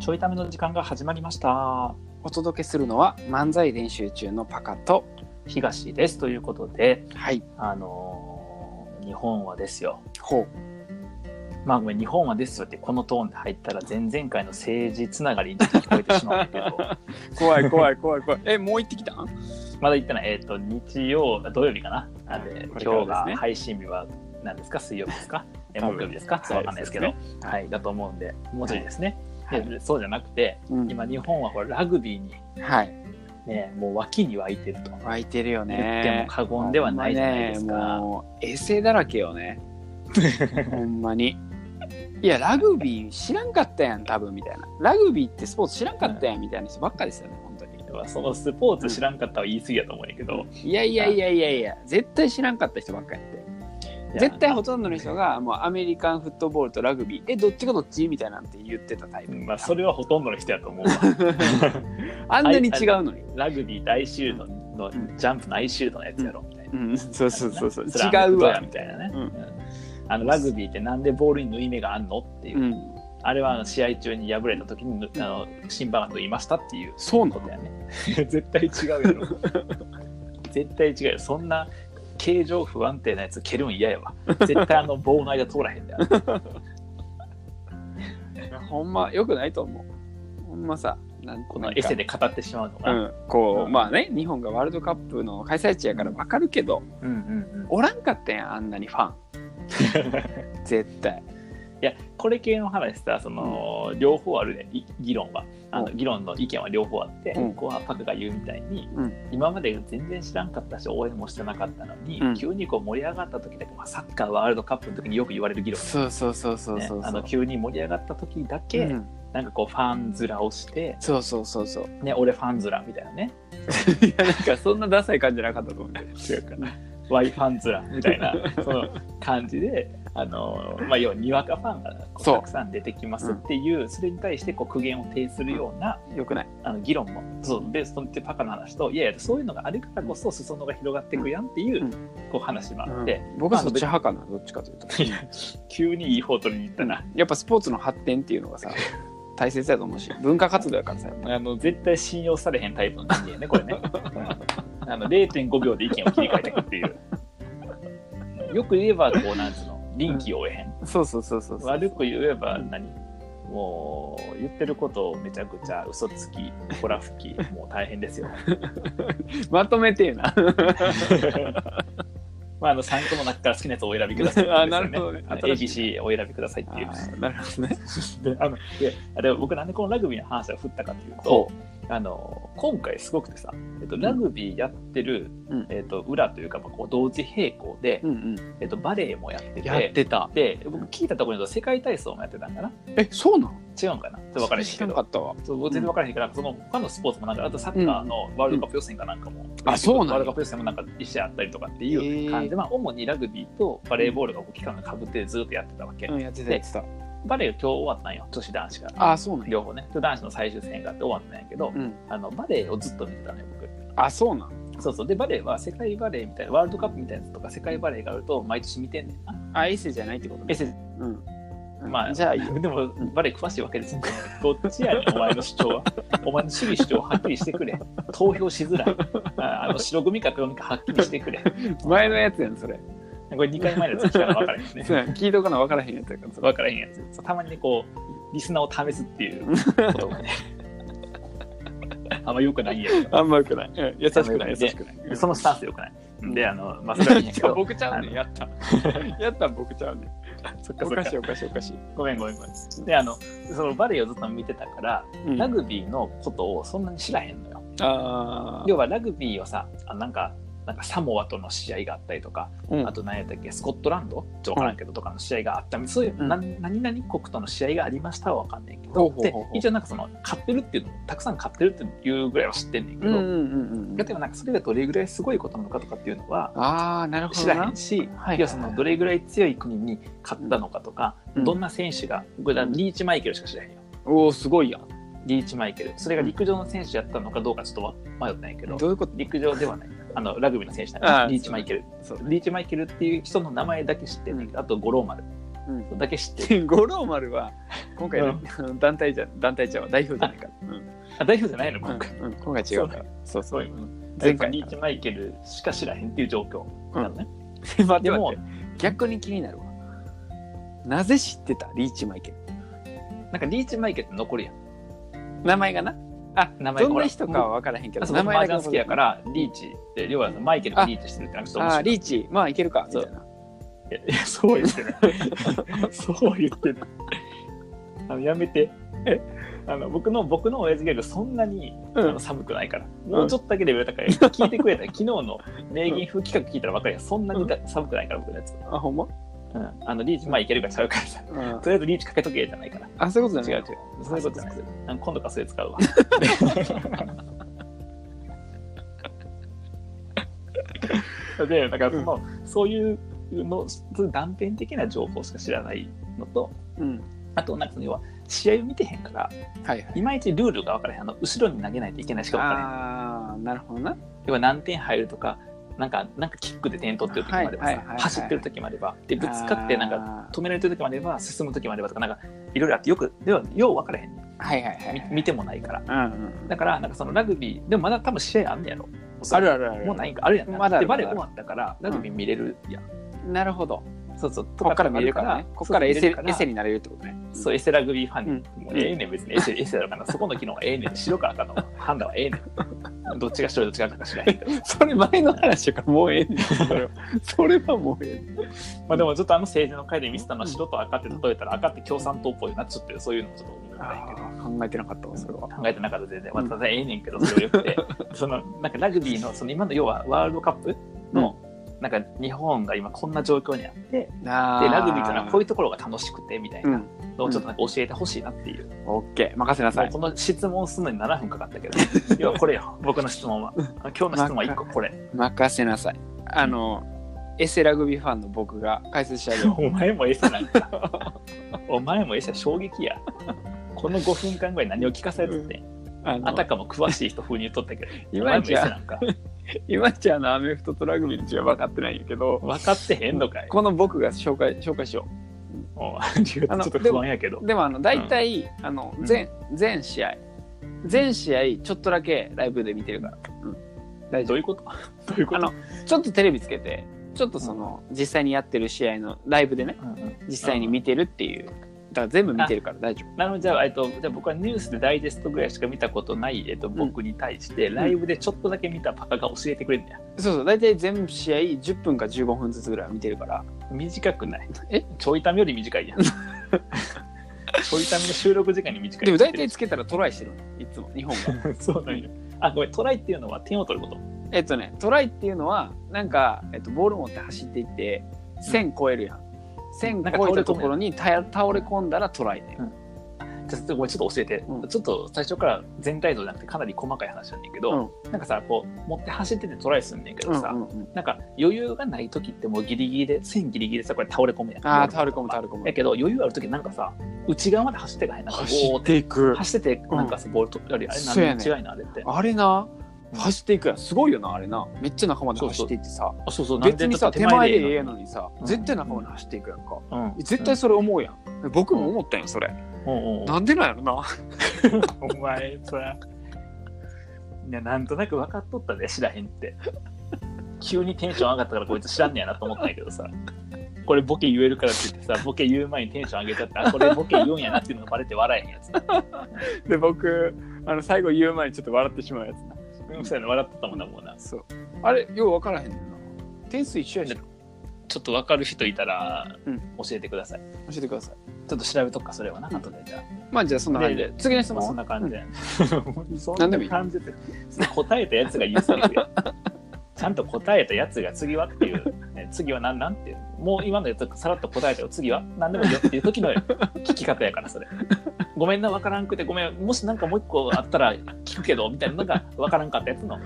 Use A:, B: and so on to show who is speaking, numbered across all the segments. A: ちょいための時間が始まりました。
B: お届けするのは漫才練習中のパカと、
A: 東です。ということで、
B: はい、
A: あのー日本はですよ。
B: ほ
A: まあごめん、日本はですよってこのトーンで入ったら前々回の政治つながりに聞こえてしまうんだけど、
B: う。怖い怖い怖い怖い。え、もう行ってきたん
A: まだ言ってない、えっ、と、日曜、土曜日かな。なんで、
B: これから
A: 今日
B: ですね
A: が配信日は何ですか水曜日です かえ
B: 多分
A: 木曜日ですかそうわかんないですけど、
B: は
A: はいい、
B: すねは
A: だと思うんで、もうちょいですね。
B: はい
A: でそうじゃなくて、
B: うん
A: 今日本はほらラグビーに、
B: はい。
A: ね、もう脇に湧いてると。
B: 湧いてるよ
A: 言っても
B: ね。
A: 過言ではないじゃないです
B: ほんまね
A: か。
B: もう、エセだらけよ ね。ほんまに。いや、ラグビー知らんかったやん、多分みたいな。ラグビーってスポーツ知らんかったやん、みたいな人ばっかですよね、本当に。
A: そのスポーツ知らんかったは言い過ぎやと思うんやけど、
B: いやいやいやいやいや、絶対知らんかった人ばっかやって。絶対ほとんどの人が、もうアメリカンフットボールとラグビー、え、どっちがどっちみたいなんて言ってたタイ プ。
A: まあ、それはほとんどの人やと思うわ
B: あんなに違うのに。
A: ラグビー大シールドの
B: うん
A: ジャンプのアイシールドのやつやろみたいな、
B: うん、そうそうそうそう。
A: れは
B: 違う
A: どや
B: わ
A: み。たいなね、
B: うん
A: あのラグビーってなんでボールに縫い目があんのっていう、
B: うん、
A: あれはあの試合中に敗れた時にあの審判が縫いましたっていう
B: そうな
A: こ
B: の
A: と。やね 絶対違うやろ絶対違うよそんな形状不安定なやつ蹴るん嫌やわ絶対あ の棒の間通らへんだよ
B: ほんま、よくないと思う。ほんまさ、なん
A: このエセで語ってしまうの
B: う
A: が、
B: ん、こう、
A: うん
B: まあね日本がワールドカップの開催地やからわかるけど
A: うんうんうん
B: おらんかったやんあんなにファン 絶対
A: いやこれ系の話さその、両方あるねい議論はあの、
B: う
A: 議論の意見は両方あって、
B: うん
A: ここはパクが言うみたいに、
B: うん
A: 今まで全然知らんかったし応援もしてなかったのに、
B: うん
A: 急にこう盛り上がった時だけ、まあ、サッカーワールドカップの時によく言われる議論、ね
B: そうそうそうそうそう
A: あ
B: そう
A: の急に盛り上がった時だけ、
B: うん
A: なんかこうファン面をして、
B: そうそうそうそうい
A: ね、俺ファン面みたいなね
B: やなんかそんなダサい感じなかったと思う
A: 違うかな Y ファン面みた いなその感じであの、まあ、要はにわかファンがこう
B: そう
A: たくさん出てきますっていう、それに対してこう苦言を呈するような
B: よくない
A: あの議論もそうでそのパカの話といやいやそういうのがあるからこそ裾野が広がってくやんっていう,、
B: うん
A: こう話もあって、
B: 僕はそっち派かなどっちかというと
A: い や急にいい方取りに行ったな。
B: やっぱスポーツの発展っていうのがさ大切だと思うし文化活動やからさやっぱ
A: あの絶対信用されへんタイプの人間やね、これ ね。うんあの0.5秒で意見を切り替えていくっていう。よく言えば、こう、なんつうの、臨機応変。
B: そうそうそうそうそう
A: 悪く言えば何、もう言ってることをめちゃくちゃ嘘つきほら吹きもう大変ですよ
B: まとめてえな
A: まああの3個の中から好きなやつをお選びくださいって
B: あ
A: ことですよね
B: なるほどね
A: あの
B: 新し
A: ABC をお選びくださいっていう
B: あなるほどね
A: であのであれ僕なんでこのラグビーの話を振ったかっていうと
B: ほ
A: あの今回すごくてさ、えっと、ラグビーやってる、
B: うん
A: えっと、裏というか、まあ、こう同時並行で、
B: う、うん
A: えっと、バレエもやって
B: うん、
A: て
B: やってた
A: で僕聞いたところによると世界体操もやってたんかな
B: えそうなん
A: 違うんかなちょっと分からへんけ
B: 知ら
A: ど
B: なかったわ
A: そう全然分からへんから、その他のスポーツもなんか、あとサッカーのワールドカップ予選かなんかも、
B: あそうなんや
A: ワールドカップ予選もなんか一試合あったりとかって
B: へ
A: いう
B: ー
A: 感じで、まあ、主にラグビーとバレーボールが期間がかぶってずっとやってたわけ。
B: うんやってたやってた
A: バレーが今日終わったんよ、女子男子が。
B: あそうなんや
A: 両方ね、今日男子の最終戦があって終わったんやけど、
B: うん
A: あのバレーをずっと見てたのよ、僕。
B: あそうなん
A: そうそう。で、バレーは世界バレーみたいな、ワールドカップみたいなやつとか、世界バレーがあると、毎年見てんねんな。
B: あエセじゃないってことね
A: えせ
B: うん
A: まあ、
B: じゃあいいよ
A: でも、バレエ詳しいわけですね。どっちやねん、お前の主張 は。お前の主義主張はっきりしてくれ。投票しづらい。ああの白組か黒組かはっきりしてくれ。
B: 前のやつやんそれ
A: これ2回前のやつ聞いたら分からへんね
B: そ。うやん聞いとかな分からへんやつやからそれ
A: 分からへんやつ。そうたまにね、こう、リスナーを試すって いうことがね。あんま良くないんやけど
B: あんまよくないうん優しくない
A: あんま良くない
B: 優しく ない
A: そのスタンス良くない。で、あの、まあ、それはいいんやけ
B: じゃあ
A: ど。
B: 僕ちゃうねんやった やったん僕ちゃうねん
A: そっか
B: お
A: そ
B: か
A: っ
B: しい
A: か。
B: おかしいおかしい
A: ごめんごめんごめん。で、あの、そのバレエをずっと見てたから、
B: うん
A: ラグビーのことをそんなに知らへんのよ。
B: あー
A: 要はラグビーをさあなんかなんかサモアとの試合があったりとか、
B: うん
A: あと何やったっけスコットランドちょっと分からんけど、とかの試合があったそういう、な何々国との試合がありましたは分かんないけど
B: ほうほうほうほう
A: で一応なんかその勝ってるっていうのたくさん勝ってるっていうぐらいは知ってんねんけ
B: う
A: ど、
B: んう
A: 例
B: んうんうん
A: えばなんかそれがどれぐらいすごいことなのかとかっていうのは
B: ああなるほ
A: 知
B: ど
A: らへ
B: なん
A: し、
B: はい
A: 要はそのどれぐらい強い国に勝ったのかとか、
B: うん
A: どんな選手が僕らリーチマイケルしか知らへんよ。
B: おおすごいやん
A: リーチマイケルそれが陸上の選手やったのかどうかちょっとわ迷ってないけど
B: どういうこと
A: 陸上ではないあのラグビーの選手だね
B: あー
A: リーチマイケル
B: そう
A: リーチマイケルっていう人の名前だけ知ってる、
B: う
A: あと五郎丸
B: うん
A: それだけ知ってる。
B: で五郎丸は今回、
A: う
B: 団体じゃ団体じゃ代表じゃないから、うん
A: あ、代表じゃないの今回。
B: うんうん、今回違うからそう
A: そ
B: そうう
A: 前
B: 前
A: 回
B: 回
A: リーチマイケルしか知らへんっていう状況なのね。
B: 待って
A: で
B: 待っ
A: も
B: て、逆に気になるわなぜ知ってたリーチマイケル
A: なんかリーチマイケルって残るやん。
B: 名前がなあ
A: 名前
B: 名前
A: ほ
B: どん
A: ら
B: な人かは分からへんけ
A: あ
B: ど
A: その
B: 名
A: マ
B: 前
A: ージ
B: だけ
A: ャン好きやから、リーチって、りょうやさん、マイケルが
B: あ
A: リーチしてるってなんかちょっと面
B: あ
A: 白
B: ー
A: い。
B: リーチまあいけるか
A: そう
B: みたいない
A: やいやそう言って ない。そう言ってない。あのやめて。えあの僕の僕の親父ギャグそんなに、あ
B: うん
A: の寒くないからもうちょっとだけレベル高い、聞いてくれたら昨日の名言風企画聞いたら分かるやんそんなにだ寒くないから僕のやつ、
B: あほんま、
A: あのリーチまあいけるかちゃうからさ
B: うん、
A: とりあえずリーチかけとけじゃないから
B: あそういうことじ
A: 違
B: ゃ
A: う
B: な
A: 違
B: いう
A: そういうことじゃないあの今度からそれ使う わでだからその、そういうのそういう断片的な情報しか知らないのと
B: うん
A: あとなんかその要は試合を見てへんから
B: はいはい
A: いまいちルールが分からへんあの後ろに投げないといけないしか分からへん
B: ああなるほどな
A: 要は何点入るとかなんかなんかキックで点取ってる時もあれば
B: はいはい
A: さ
B: はいはい
A: 走ってる時もあればでぶつかってなんか
B: か
A: 止められてる時もあれば進む時もあればとかなんかいろいろあってよくではよう分からへんね
B: はいはいはい
A: み見てもないから
B: うんうん
A: だからなんかそのラグビーでもまだ多分試合あんねやろおそ
B: あ
A: らく
B: るあるある
A: もうないんかあるやんな
B: まだあ
A: で
B: る
A: バレー
B: まだあ
A: 終わ
B: る
A: ったからラグビー見れるやん、
B: なるほど
A: そうそう
B: こっから見れるからねこっからエセエセ
A: に
B: になれるってことね
A: そうエセラグビーファンに、
B: うん
A: もうええねん別にエセエセだからそこの機能はええねん白からかの判断はええねんどっちが白いどっちが赤か知らへ んけど
B: それ前の話からもうええねんそれはそれはもうええねん
A: まあでもちょっとあの政治の会で見せたのは白と赤って例えたら赤って共産党っぽいなっちゃってそういうのもちょっと思うんだけど
B: あー考えてなかったわそれは
A: 考えてなかった全然、まあ、ただええねんけどそれよくてそのなんかラグビーのその今の要はワールドカップの、なんか日本が今こんな状況にあってで
B: あ
A: ラグビーというのはこういううところが楽しくてみたいうなんのをちょっとなんか教えてほしいなっていう、
B: オッケー任せな
A: も
B: さ
A: う
B: い
A: この質問するのに7分かかったけど 要はこれよ僕の質問は今日の質問は1個これ
B: 任せなさいあのエセラグビーファンの僕が解説してあげよ
A: お前もエセなんかお前もエセ衝撃やこの5分間ぐらい何を聞かされてて、
B: うあの
A: あたかも詳しい人風に言っとったけどお
B: 今
A: 前もエセ
B: じゃ
A: なんか
B: 今じゃあのアメフトとラグビーの違い分かってないんやけど
A: 分かってへんのかい
B: この僕が紹介紹介しよ
A: もうちょ
B: あの
A: っと不安やけど
B: う。でもあの大体、あの
A: ん
B: 全全試合全試合ちょっとだけライブで見てるから、うん、大
A: ど
B: 丈
A: ういうこと どういうこ
B: 夫あ
A: と
B: のちょっとテレビつけてちょっとその、実際にやってる試合のライブでね
A: うんうん
B: 実際に見てるっていうだから全部見てるから大丈
A: なのでじゃあ、えっと、じゃあ僕はニュースでダイジェストぐらいしか見たことない、えっと、僕に対して、ライブでちょっとだけ見たパカが教えてくれるんだよ。
B: 夫そうそう大体全部試合10分か15分ずつぐらいは見てるから
A: 短くない。
B: え
A: ちょいためより短い やん。ちょいための収録時間に短い。
B: でも大体つけたらトライしてるのいつも日本 が
A: そうなんよ。あ、ごめん、トライっていうのは点を取ること。
B: えっとねトライっていうのはなんか、えっと、ボール持って走っていって線超えるやん線
A: なんか
B: 超えたところにた倒れ込んだらトライだよ、
A: じゃあごめん、ちょっと教えて、
B: うん
A: ちょっと最初から全体像じゃなくて、かなり細かい話なんだけど、なんかさ、こう、持って走っててトライすんねんけどさ、
B: うんうんうん
A: なんか余裕がない時ってもうギリギリで線ギリギリでさこれ倒れ込むやん
B: ああ倒れ込む倒れ込む
A: やけど余裕ある時なんかさ内側まで走ってかへんなんか
B: 走
A: こ
B: っていく
A: う走っててなんかさ、ボールとよりあれ
B: そうや
A: 何
B: ね
A: の違いなあれって
B: あれな
A: うん
B: 走っていくやんすごいよなあれなめっちゃ仲間で走っていってさ
A: あそうそう
B: 別にさ手前でええや
A: の
B: のにさ
A: うん
B: 絶対仲間で走っていくやんか
A: うん
B: 絶対それ思うやん僕も思ったんよそれ
A: うんうんうん
B: なんでなんやろな
A: お前そらいやなんとなく分かっとったで知らへんって急にテンション上がったからこいつ知らんねやなと思ったんやけどさこれボケ言えるからって言ってさボケ言う前にテンション上げちゃったあこれボケ言うんやなっていうのがバレて笑えへんやつ
B: で僕あの最後言う前にちょっと笑ってしまうやつな
A: うんそうやな笑っとったもんなもうな
B: そうあれよう分からへんねんな点数一緒やし教
A: ちょっと分かる人いたら
B: うん
A: 教えてください、
B: えてください
A: ちょっと調べとくかそれはな後でじゃ
B: まあじゃあそんな感じで
A: で
B: 次の質
A: あ、まあ、そん
B: 問
A: な感じで、そ
B: 何
A: ん
B: でもい
A: ない感じでそんな答えたやつが言うセリフやちゃんと答えたやつが次はっていう、ね、次は何なんっていうもう今のやつさらっと答えたよ次は何でもいいよっていう時の聞き方やからそれごめんな分からんくてごめんもしなんかもう一個あったら聞くけどみたいなのが分からんかったやつの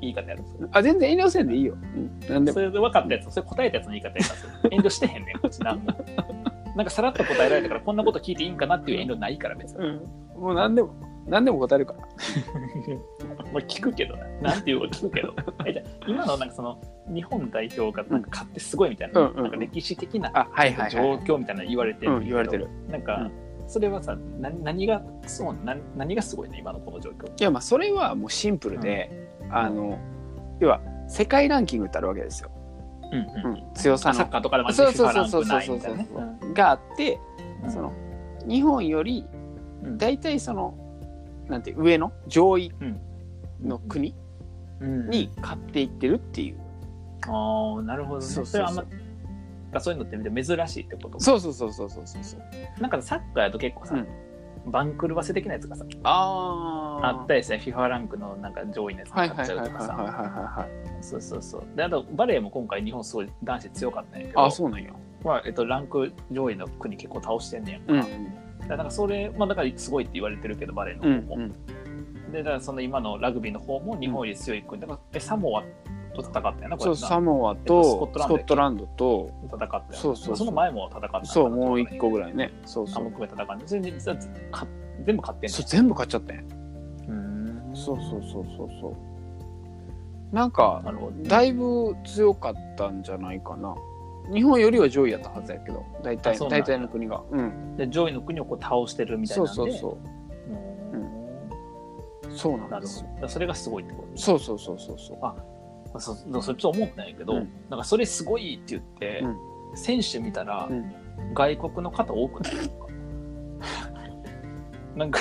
A: 言い方やろそれ
B: あ全然遠慮せんでいいようんなんで
A: そ
B: も
A: れで分かったやつ、それ答えたやつの言い方やから、遠慮してへんねん、こっちなんも。なんかさらっと答えられたから、こんなこと聞いていいんかなっていう遠慮ないから、別に。
B: うんもう何でも何でも答えるから。
A: まあ聞くけどななんていうか聞くけどえじゃあ今のなんかその日本代表がなんか勝ってすごいみたいな,、
B: うんうんうん
A: なんか歴史的な
B: あ、はいはい
A: 状
B: はい。
A: 況みたいなの言われて
B: うん言われてる
A: なんか、
B: うん
A: それはさな何がそうな何がすごいね今のこの状況
B: いや、まあ、それはもうシンプルで、あの、要は、世界ランキングってあるわけですよ。
A: うん
B: うん、強さ
A: サ
B: の
A: ッ。カーとかでも
B: そう
A: フ
B: そう
A: ィファラ
B: そう
A: ン
B: そう
A: ク
B: そ
A: な
B: う
A: い
B: そう
A: みたいなね
B: があって、
A: うん
B: その、日本より、
A: うん
B: 大体その、なんて、上の、上位
A: うん
B: の国
A: うん
B: に買っていってるっていう。
A: ああなるほどね
B: そうそ
A: それ
B: うそう
A: はあんまあそういうのって珍しいってこと
B: そうそうそうそうそうそうそう。
A: なんかサッカーやと結構さ、
B: うん
A: 番狂わせ的なやつがさ
B: あ
A: あったりして FIFA ランクのなんか上位のやつ
B: は
A: に
B: いは
A: 買っ
B: い
A: ち
B: は
A: ゃう
B: いはい
A: とかさ
B: はいはい。
A: そうそうそうであとバレーも今回日本すごい男子強かったんやけど
B: あ、そうなんや。
A: まあえっと、ランク上位の国結構倒してんねやんか、
B: うん
A: だからなんかそれ、まあ、だからすごいって言われてるけどバレー
B: うん
A: の方も、
B: うん。
A: でだからその今のラグビーの方も日本より強い国だからえサモアと戦ったよなこ
B: そ
A: れ
B: う
A: な
B: サモア
A: えっ
B: と
A: と
B: ス
A: ス
B: コ
A: コ
B: ッ
A: ッ
B: ト
A: ト
B: ランドと
A: 戦ったよな
B: そうそうそう
A: その前も戦った
B: そうもう一個
A: ぐ
B: ぐらいねそう
A: あ
B: そ
A: もう
B: う
A: 含め戦ったそれで実はか全部勝ってん
B: そう全部買っちゃったんや
A: のうん
B: そうそうそうそうそうなんか
A: なるほど
B: だいぶ強かったんじゃないかな日本よりは上位やったはずやけど大
A: あ
B: 体
A: そうなん
B: 大
A: だ
B: 体の国がうん
A: で上位の国をこう倒してるみたいな
B: そうん
A: で
B: そうそう
A: うん
B: そうな
A: なんるほ
B: です
A: ど
B: よ
A: だからそれがすごいってこと
B: そうそうそうそうそう
A: まあそそそれちょっと思ったんやけど、
B: うん
A: なんかそれすごいって言って、選手見たら、
B: うん
A: 外国の方多くないですか なんか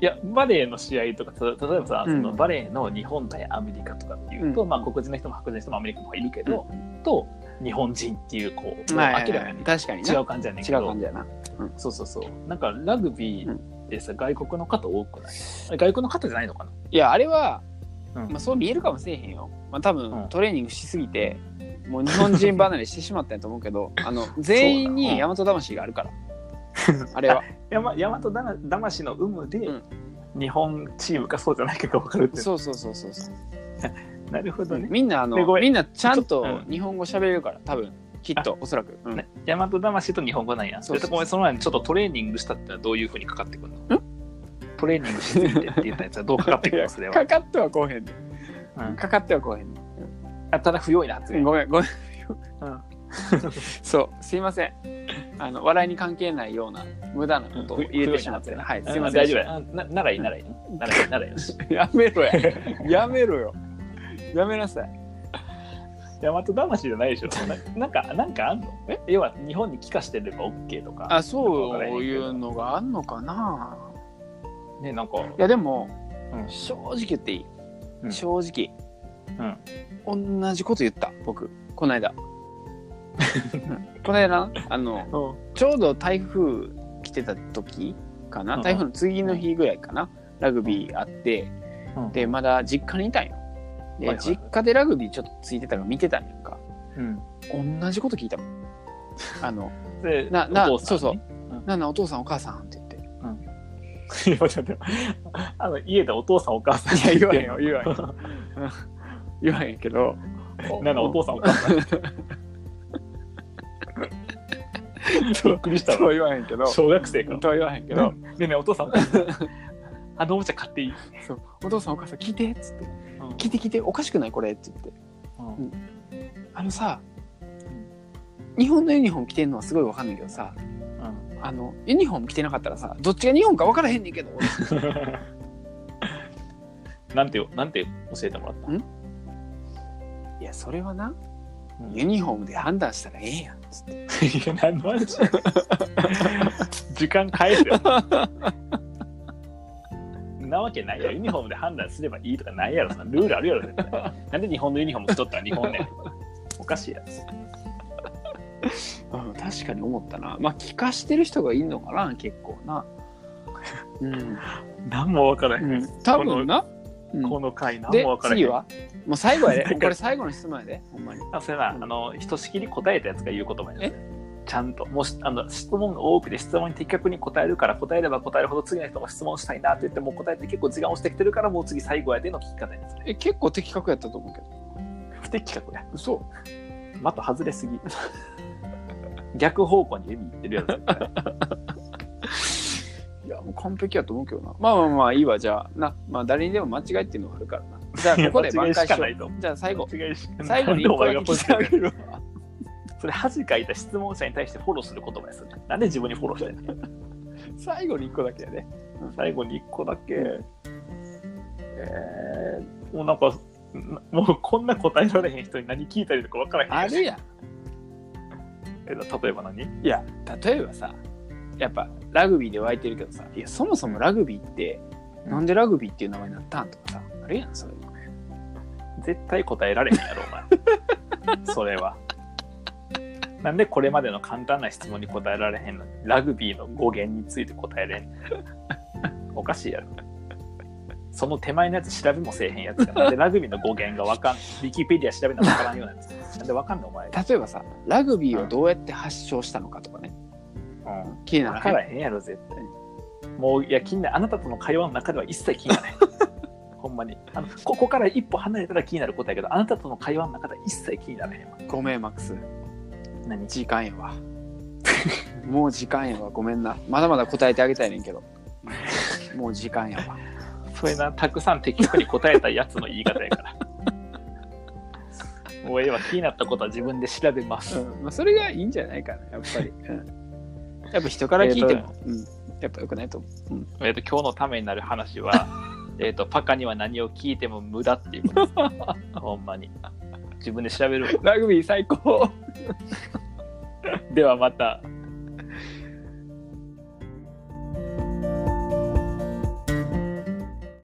A: いやバレエの試合とかた例えばさ、
B: うん
A: そのバレエの日本対アメリカとかっていうと、
B: うん
A: まあ、黒人の人も白人の人もアメリカの人もいるけど、と日本人っていうこう、
B: はい
A: も
B: は
A: う
B: い
A: 明ら
B: は
A: か
B: い
A: に
B: 確かにね
A: 違う感じやねん
B: 違
A: け
B: う
A: ど
B: 感じやな
A: そうそうそうなんかラグビーってさ、外国の方多くないあれ外国の方じゃないのかない
B: やあれは、
A: うん
B: まあ、そう見えるかもしれへんよ、まあ、多分、
A: うん
B: トレーニングしすぎてもう日本人離れしてしまったんやと思う けどあの全員
A: そう
B: に
A: だ
B: 大和魂があ るからあれは
A: 山大和だな魂の有無で、
B: うん
A: 日本チームかそうじゃないかが分かるって
B: そうそうそうそうそう、
A: なるほどね、
B: みんなあ
A: でご
B: の
A: めん
B: みんなちゃん
A: う
B: と
A: ん
B: 日本語喋れるから多分きっとおそらく、うん
A: ね大和魂と日本語なんや。そう
B: そ
A: れ
B: そう
A: とごめん、その前にちょっとトレーニングしたってのはどういうふうにかかってくるのトレーニングしすぎてって言ったやつはどうかかってくるのそれは
B: か。かってはこうへんで、
A: うん
B: かかってはこうへんで、
A: あただ不用意な発言。
B: ごめん ごめん
A: うん
B: そうすいませんあの笑いに関係ないような無駄なことを
A: 不
B: 入れ
A: 用
B: て
A: 意
B: し
A: な
B: まっ
A: 発
B: て
A: 言
B: ね
A: な。
B: はいす
A: す
B: い
A: い
B: ま
A: ま
B: せ
A: せん、
B: ん
A: 大丈夫や。なならいい、ならいい。ならいい、ならいい。
B: やめろや。やめろよ。やめなさい。
A: 大和魂じゃ ないでしょ。ななんか、なんかあんのえ要は日本に帰化してれば OK とか。
B: あ、そういうのがあんのかな。
A: ね、なんか、
B: いや、でも、
A: うん
B: 正直言っていい。
A: うん
B: 正直、同じこと言った、僕、この 間。この間な、あの、ちょうど台風来てた時か
A: うん
B: な、
A: うん
B: 台風の次の日ぐらいかな、ラグビーあって、
A: うん
B: で、まだ実家にいたんよ。で、
A: はいはい
B: 実家でラグビーちょっとついてたから見てたんやんか。
A: うん。
B: 同じこと聞いたもん。あの、
A: で、
B: なな
A: お父さんに
B: そうそうなんなんお父さんお母さんって言って。
A: いや待って待って あの家でお父さんお母さん
B: いや言わへんよ言わへんよ言わへんけど。
A: なんかお父さんお母さんびっくりした
B: とは
A: わ
B: 言わへんけど。
A: 小学生か
B: とは言わへんけ
A: ら
B: ど
A: ね。えねえお父さん お母さんあのおもちゃ買っていい、
B: そうお父さんお母さん聞いてっつって。聞いて聞いておかしくないこれって言って。
A: うん
B: あのさ、日本のユニフォーム着てんのはすごいわかんないけどさ、
A: うん
B: あの、ユニフォーム着てなかったらさ、どっちが日本かわからへんねんけど。
A: なんてよなんて教えてもらった
B: いや、それはな、
A: うん
B: ユニフォームで判断したらええやんっつって。
A: いや何の話 時間返すよなわけないやろユニフォームで判断すればいいとかないやろそんなルールあるやろ絶対なんで日本のユニフォーム着とったら日本ねおかしいやつ
B: うん確かに思ったな。まあ、聞かしてる人がいんのかな、結構 な。うん。
A: 何もわからへん、
B: 多分な。うん
A: この回何
B: で
A: もわからへん
B: 次はもう最後や
A: なん
B: で
A: か
B: これ最後の質問やでほんまに
A: あそれは、
B: うん
A: あのひとしきり答えたやつが言う言葉やねちゃんともうしあの質問が多くて質問に的確に答えるから答えれば答えるほど次の人も質問したいなって言ってもう答えて結構時間押してきてるからもう次最後やでの聞き方やねそれ
B: え結構的確やったと思うけど
A: 不適格や
B: 嘘
A: また外れすぎ逆方向に意味いってるやつ
B: いやもう完璧やと思うけどな。まあまあまあいいわ、じゃあ。な、まあ誰にでも間違いっていうのはあるからな。じゃあここで
A: 間違
B: 挽
A: いし
B: 回し
A: か
B: よ
A: ないと思
B: う。じゃあ最後、
A: 間違いしかない
B: 最後
A: なんで
B: に一
A: お
B: 個だ
A: 前
B: け
A: がポ
B: 聞い
A: ジ
B: て
A: テ
B: あ
A: ィ
B: げ
A: ブ
B: るわ。
A: それ恥かいた質問者に対してフォローする言葉ですよねなんで自分にフォローしてんの
B: 最後に一個だけやね。
A: 最後に1個だけえー、もうなんかもうこんな答えられへん人に何聞いたりとか分からへん
B: あるやん。
A: え例えば何
B: いや例えばさやっぱラグビーで湧いてるけどさいやそもそもラグビーってなんでラグビーっていう名前になったんとかさあるやんそういうの
A: 絶対答えられへんやろお前それはなんでこれまでの簡単な質問に答えられへんのにラグビーの語源について答えれんおかしいやろその手前のやつ調べもせえへんやつがなんでラグビーの語源がわかんウィキペディア調べなわからんようなやつなんでわかんのお前、う
B: 例えばさラグビーをどうやって発祥したのかとかね
A: ん、
B: 気にな
A: 分
B: ら
A: か
B: へん
A: らへんやろ絶対もういや気になるあなたとの会話の中では一切気にならへん ほんまにあのここから一歩離れたら気になることやけどあなたとの会話の中では一切気にならへんわ
B: ごめんマックス
A: 何
B: 時間や わもう時間やわごめんなまだまだ答えてあげたいねん けどもう時間やわ
A: それな、たくさん的確に答えたやつの言い方やから。もうええわ、気になったことは自分で調べます。
B: まあ、それがいいんじゃないかなやっぱり、やっぱ人から聞いても、うん、やっぱよくないと思う
A: えっと、今日のためになる話は、えっと、パカには何を聞いても無駄っていうことです。ほんまに。自分で調べるわ。
B: ラグビー最高
A: ではまた。